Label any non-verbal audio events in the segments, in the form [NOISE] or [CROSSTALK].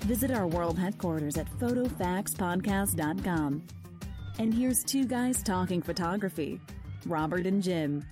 visit our world headquarters at photofaxpodcast.com. And here's two guys talking photography Robert and Jim.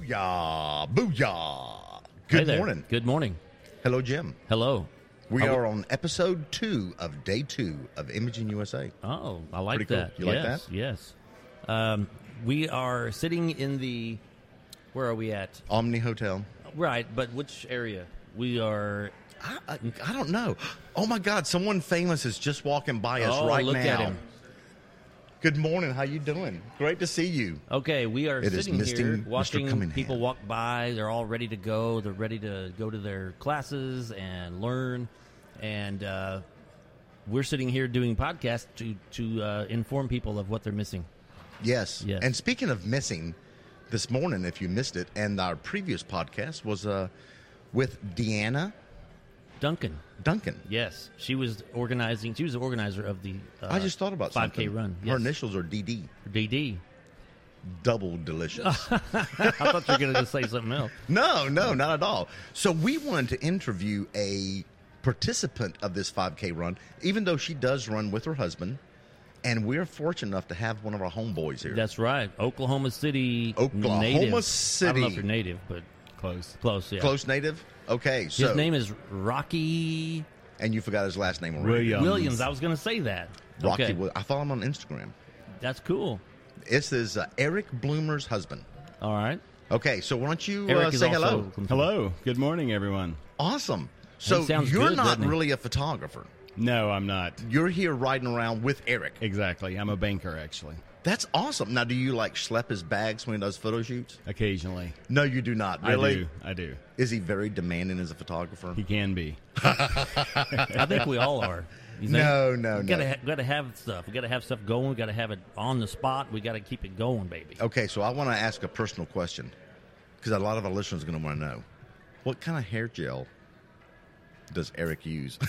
Booyah, booyah. Hey Good there. morning. Good morning. Hello, Jim. Hello. We How- are on episode two of day two of Imaging USA. Oh, I like Pretty cool. that. You like yes, that? Yes. Um, we are sitting in the. Where are we at? Omni Hotel. Right, but which area? We are. I, I, I don't know. [GASPS] Oh my God, someone famous is just walking by us oh, right look now. at him. Good morning. How you doing? Great to see you. Okay, we are It is sitting Mr. here Mr. watching Cunningham. people walk by. They're all ready to go. They're ready to go to their classes and learn. And uh, we're sitting here doing podcasts to to uh, inform people of what they're missing. Yes. Yes. And speaking of missing, this morning, if you missed it, and our previous podcast was uh, with Deanna Duncan, Duncan. yes, she was organizing. She was the organizer of the. Uh, I just thought about 5K something. run. Her yes. initials are DD. DD. Double delicious. [LAUGHS] I thought you were going to say something else. No, no, not at all. So we wanted to interview a participant of this 5K run, even though she does run with her husband, and we're fortunate enough to have one of our homeboys here. That's right. Oklahoma City. Oklahoma native. I don't know City. if you're native, but close. Close, yeah. Close native. Okay, so His name is Rocky and you forgot his last name already. Williams. I was going to say that. Rocky. Okay. Wi- I follow him on Instagram. That's cool. This is uh, Eric Bloomer's husband. All right. Okay, so why don't you Eric uh, is say also hello? from- Hello. Good morning, everyone. Awesome. So sounds you're good, not doesn't he? really a photographer. No, I'm not. You're here riding around with Eric. Exactly. I'm a banker, actually. That's awesome. Now, do you like schlep his bags when he does photo shoots? Occasionally. No, you do not. I Really? do. I do. Is he very demanding as a photographer? He [LAUGHS] can be. I think we all are. You think? No, no, we no. Gotta ha- gotta have stuff. We gotta have stuff going. We gotta have it on the spot. We gotta keep it going, baby. okay, so I want to ask a personal question because a lot of our listeners are going to want to know what kind of hair gel does Eric use? [LAUGHS]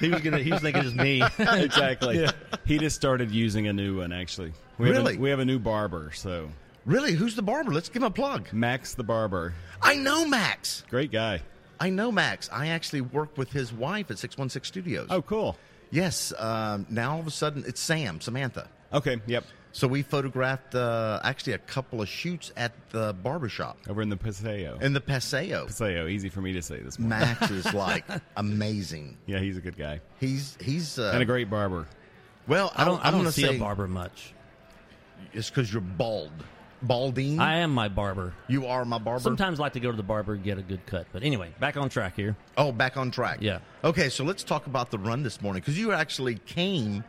He was gonna. He was thinking it's me. exactly. He just started using a new one, actually. We Really? Have a, we have a new barber, so really? Who's the barber? Let's give him a plug. Max the barber. I know Max. Great guy. I know Max. I actually work with his wife at 616 Studios. Oh, cool. Yes. Um, now all of a sudden it's Sam, Samantha. Okay. Yep. So we photographed uh, actually a couple of shoots at the barbershop Over in the Paseo. in the Paseo. Paseo. Easy for me to say this morning. Max is like amazing. Yeah, he's a good guy He's he's uh, and a great barber. well. I don't. I am don't gonna see say a barber much. It's because you're bald, balding. Mm-hmm. I am my barber. you are my barber. Sometimes like to go to the barber and get a good cut. But anyway, back on track here. Oh, back on track. Yeah. Okay, so let's talk about the run this morning because you actually came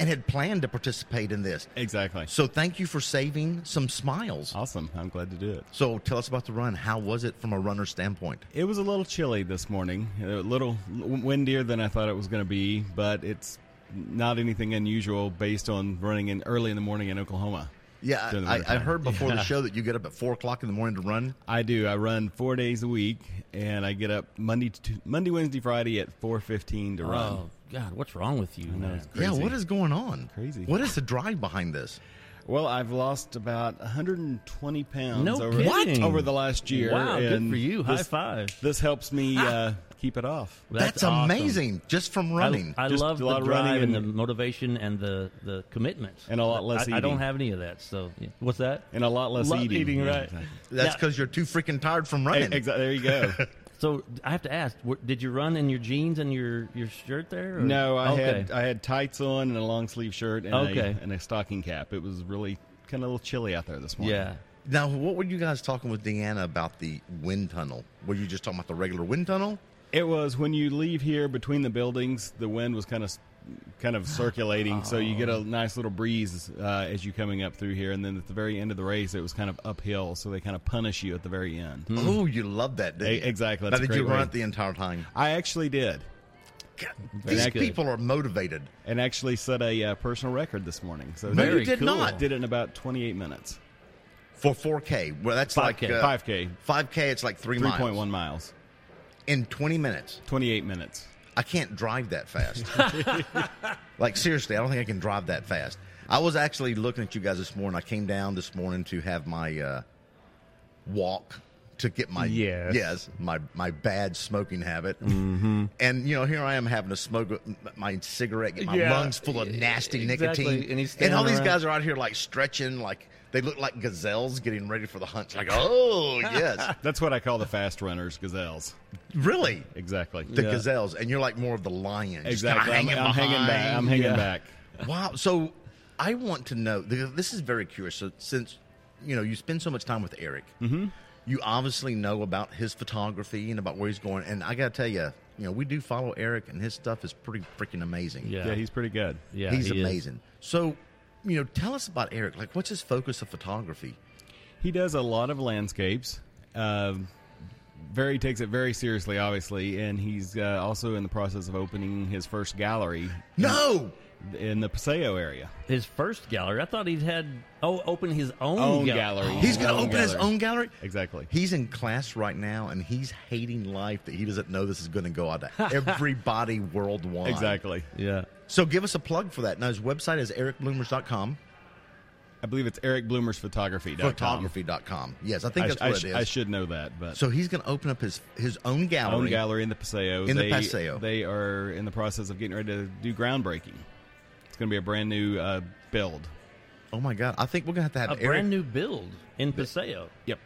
and had planned to participate in this. Exactly. So thank you for saving some smiles. Oh. Awesome. I'm glad to do it. So tell us about the run. How was it from a runner standpoint? It was a little chilly this morning, a little windier than I thought it was going to be, but it's not anything unusual based on running in early in the morning in Oklahoma. Yeah, During the I, I wintertime. heard before the show that you get up at four o'clock in the morning to run. I do. I run four days a week, and I get up Monday, to, Monday, Wednesday, Friday at four fifteen to run. Oh God, what's wrong with you? know, man? it's crazy. Yeah, what is going on? Crazy. What is the drive behind this? Well, I've lost about 120 pounds No over, kidding. over the last year. Wow, good and for you. High this- five. Ah. This helps me uh, keep it off. That's, awesome. amazing, just from running. I, I Just love a the lot drive of running and, and- the motivation and the the commitment And a lot less I, I don't eating. have any of that. So yeah. what's that? And a lot less Lot eating. eating, Yeah, right. exactly. That's Yeah. because you're too freaking tired from running. Exactly. There you [LAUGHS] go. So I have to ask: wh- Did you run in your jeans and your your shirt there? or- No, I okay. had I had tights on and a long sleeve shirt and, Okay. a, and a stocking cap. It was really kind of a little chilly out there this morning. yeah. Now, what were you guys talking with Deanna about the wind tunnel? Were you just talking about the regular wind tunnel? it was when you leave here between the buildings. The wind was kind of kind of circulating, so you get a Oh. nice little breeze uh, as you coming up through here. And then at the very end of the race, it was kind of uphill, so they kind of punish you at the very end. Oh, you love that, didn't E- you? Mm. exactly, Now, that's a did you great run way. it the entire time? I actually did, God, these good. people are motivated. and actually set a uh, personal record this morning. So No, that- you Very did cool. not. did it in about 28 minutes, For 4K. Well, that's like 5K, uh, 5K, 5K, it's like three, miles. 3.1 miles, In 20 minutes. 28 minutes. I can't drive that [LAUGHS] fast. like, seriously, I don't think I can drive that fast. I was actually looking at you guys this morning. I came down this morning to have my uh, walk to get my Yes. Mm-hmm. my my bad smoking habit. And you know, here I am having to smoke my cigarette, get my Yeah. e-, lungs full of nasty Exactly. nicotine, And he's all standing these around. guys are out here like stretching, like they look like gazelles getting ready for the hunt. Like, oh [LAUGHS] yes, That's what I call the fast runners, gazelles. really. Exactly. The gazelles, and you're like more of the lion. just kinda exactly. I'm, hanging I'm hanging back. behind. I'm hanging Yeah. back. Wow. So I want to know. th- This is very curious. So since you know you spend so much time with Eric, Mm-hmm. you obviously know about his photography and about where he's going. And I got to tell you, you know, we do follow Eric, and his stuff is pretty freaking amazing. Yeah. Yeah, he's pretty good. yeah, he's he is. amazing. So you know, tell us about Eric. Like, what's his focus of photography? He does a lot of landscapes. Um very takes it very seriously, obviously, and he's uh, also in the process of opening his first gallery No. in the Paseo area. His first gallery. I thought he'd had oh open his own, Own gal- gallery. He's going to Own open his gallery. own gallery. Exactly. He's in class right now, and he's hating life that he doesn't know this is going to go out [LAUGHS] to everybody worldwide. Exactly. Yeah. So give us a plug for that. Now, his website is ericbloomers.com, I believe it's Eric Bloomer's photography. photography.com. Yes, I think I, that's I what sh- it is. I should know that, but so he's going to open up his his own gallery. own gallery in the Paseo. In the they, Paseo. They are in the process of getting ready to do groundbreaking. It's going to be a brand new uh, build. Oh my god! I think we're going to have to A have Eric. brand new build in Paseo. Yep.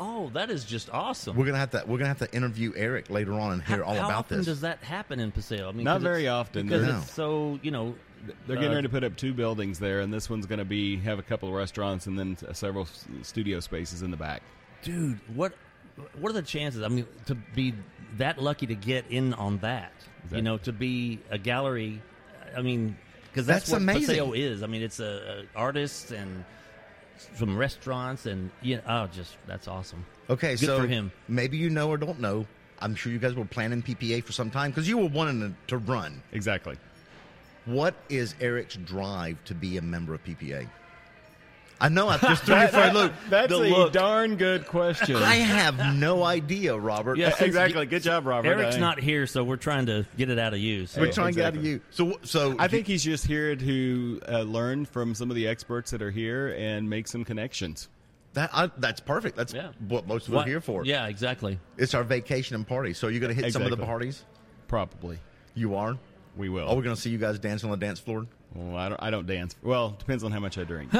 Oh, that is just awesome. we're going to have to we're going to have to interview Eric later on and hear How- all how about often this. Does that happen in Paseo? I mean, Not 'cause it's- very often. because No. it's so you know They're getting uh, ready to put up two buildings there, and this one's going to be have a couple of restaurants and then uh, several s- studio spaces in the back. dude. What what are the chances? I mean, to be that lucky to get in on that, Exactly. you know, to be a gallery. I mean, because that's, That's what amazing. Paseo is. I mean, it's a, a artists and some restaurants and you know, oh, just that's awesome. Okay, Good so for him. maybe you know or don't know. I'm sure you guys were planning PPA for some time because you were wanting to, to run. Exactly. What is Eric's drive to be a member of PPA? I know I [LAUGHS] just threw you for a loop. That's The a look. darn good question. [LAUGHS] I have no idea, Robert. Yeah, exactly. Good job, Robert. Eric's I- not here, so we're trying to get it out of you. So. We're trying to get out of exactly. you. So, so I think he's just here to uh, learn from some of the experts that are here and make some connections. That I, that's perfect. That's Yeah. what most of us What- are here for. Yeah, exactly. It's our vacation and party. So you're going to hit some of the Exactly. parties. Probably, You are. we will. Are we going to see you guys dance on the dance floor? Well, I don't, I don't dance. Well, depends on how much I drink.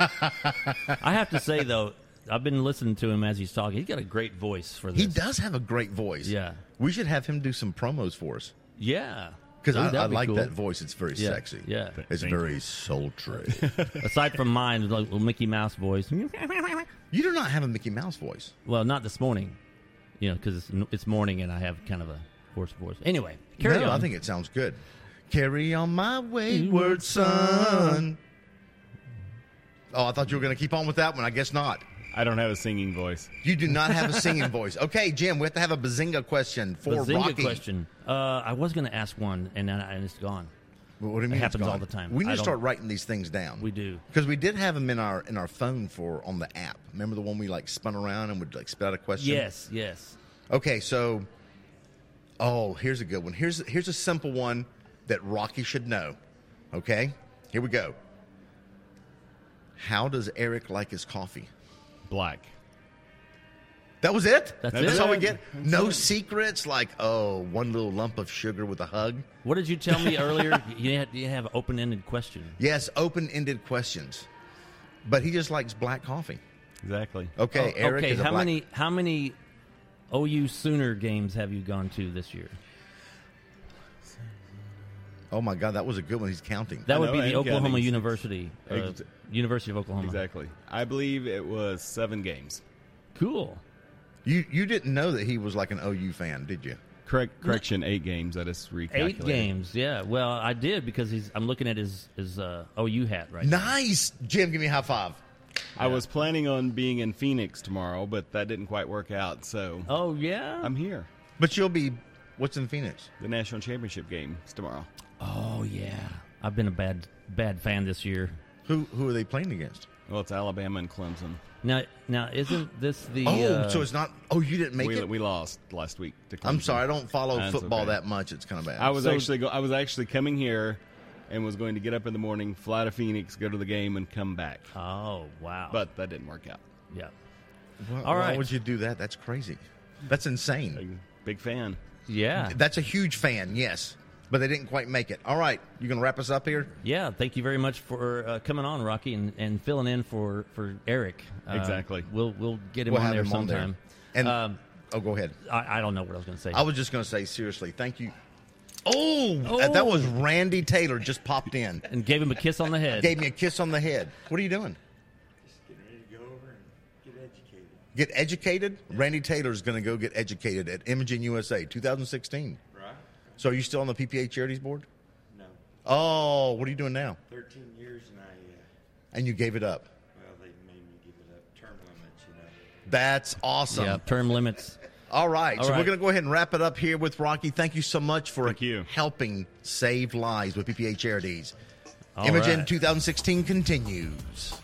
I have to say though, [LAUGHS] I've been listening to him as he's talking. He's got a great voice for this. He does have a great voice. Yeah. We should have him do some promos for us Yeah. because Ooh, I, Oh, that'd I be like cool. that voice. It's very Yeah, sexy. yeah. It's Thank very sultry. Aside from mine, like little Mickey [LAUGHS] Mouse voice. you do not have a Mickey Mouse voice. Well, not this morning, you know, because it's, it's morning and I have kind of a hoarse voice. Anyway, carry no, on. I think it sounds good. Carry on my wayward son. Oh, I thought you were going to keep on with that one. I guess not. I don't have a singing voice. You do not have a [LAUGHS] singing voice. Okay, Jim, we have to have a bazinga question for Bazinga Rocky. question. Uh, I was going to ask one, and then I, and it's gone. Well, What do you mean? it's happens gone? all the time. We need I to don't- start writing these things down. We do. because we did have them in our in our phone for on the app. Remember the one we like spun around and would like spit out a question. Yes, yes. Okay, so oh, here's a good one. Here's here's a simple one that Rocky should know. Okay, here we go. How does Eric like his coffee? Black. That was it. That's That's it? all we get. no secrets. Like oh, one little lump of sugar with a hug. What did you tell me earlier? [LAUGHS] You had you have an open ended question. Yes, open-ended questions. But he just likes black coffee. Exactly. Okay, Oh, Eric. okay, is a how black- many how many OU Sooner games have you gone to this year? Oh my God, that was a good one. He's counting. That I would know, be the and Oklahoma counting. University, uh, Ex- University of Oklahoma. Exactly. I believe it was seven games. Cool. you you didn't know that he was like an OU fan, did you? Correct. Correction. Eight games. That is recalculated. Eight games, yeah. Well, I did because he's. I'm looking at his his uh, OU hat right now. Nice, Jim. Give me a high five. I was planning on being in Phoenix tomorrow, but that didn't quite work out. So Oh yeah. I'm here. But you'll be what's in Phoenix? The national championship game is tomorrow. oh yeah. I've been a bad bad fan this year. Who who are they playing against? Well, it's Alabama and Clemson. Now now isn't this the? Oh, uh, so it's not. Oh, you didn't make We, it. we lost last week. To Clemson. I'm sorry, I don't follow That's football okay. that much. It's kind of bad. I was So- actually go- I was actually coming here, and was going to get up in the morning, fly to Phoenix, go to the game, and come back. Oh wow. But that didn't work out. yeah. Why, All Why right. would you do that? That's crazy. That's insane. Big, big fan. yeah. That's a huge fan, yes. But they didn't quite make it. All right. You going to wrap us up here? Yeah, thank you very much for uh, coming on, Rocky, and, and filling in for for Eric. Uh, Exactly. We'll we'll get him We'll on have there him on there. sometime. And- um, Oh, go ahead. I, I don't know what I was going to say. I was just going to say, seriously, thank you. Oh, that was Randy Taylor just popped in. and gave him a kiss on the [LAUGHS] head. Gave me a kiss on the head. What are you doing? Getting ready to go over and get educated. Get educated? Randy Taylor's going to go get educated at Imaging USA 2016. Right? So are you still on the PPA Charities Board? No. Oh, what are you doing now? 13 years and I, uh, And you gave it up. well, they made me give it up. Term limits, you know. That's awesome. yeah, term limits. All right. All so we're right. going to go ahead and wrap it up here with Rocky. Thank you so much for Thank you. helping save lives with PPA Charities. All Imogen right. 2016 continues.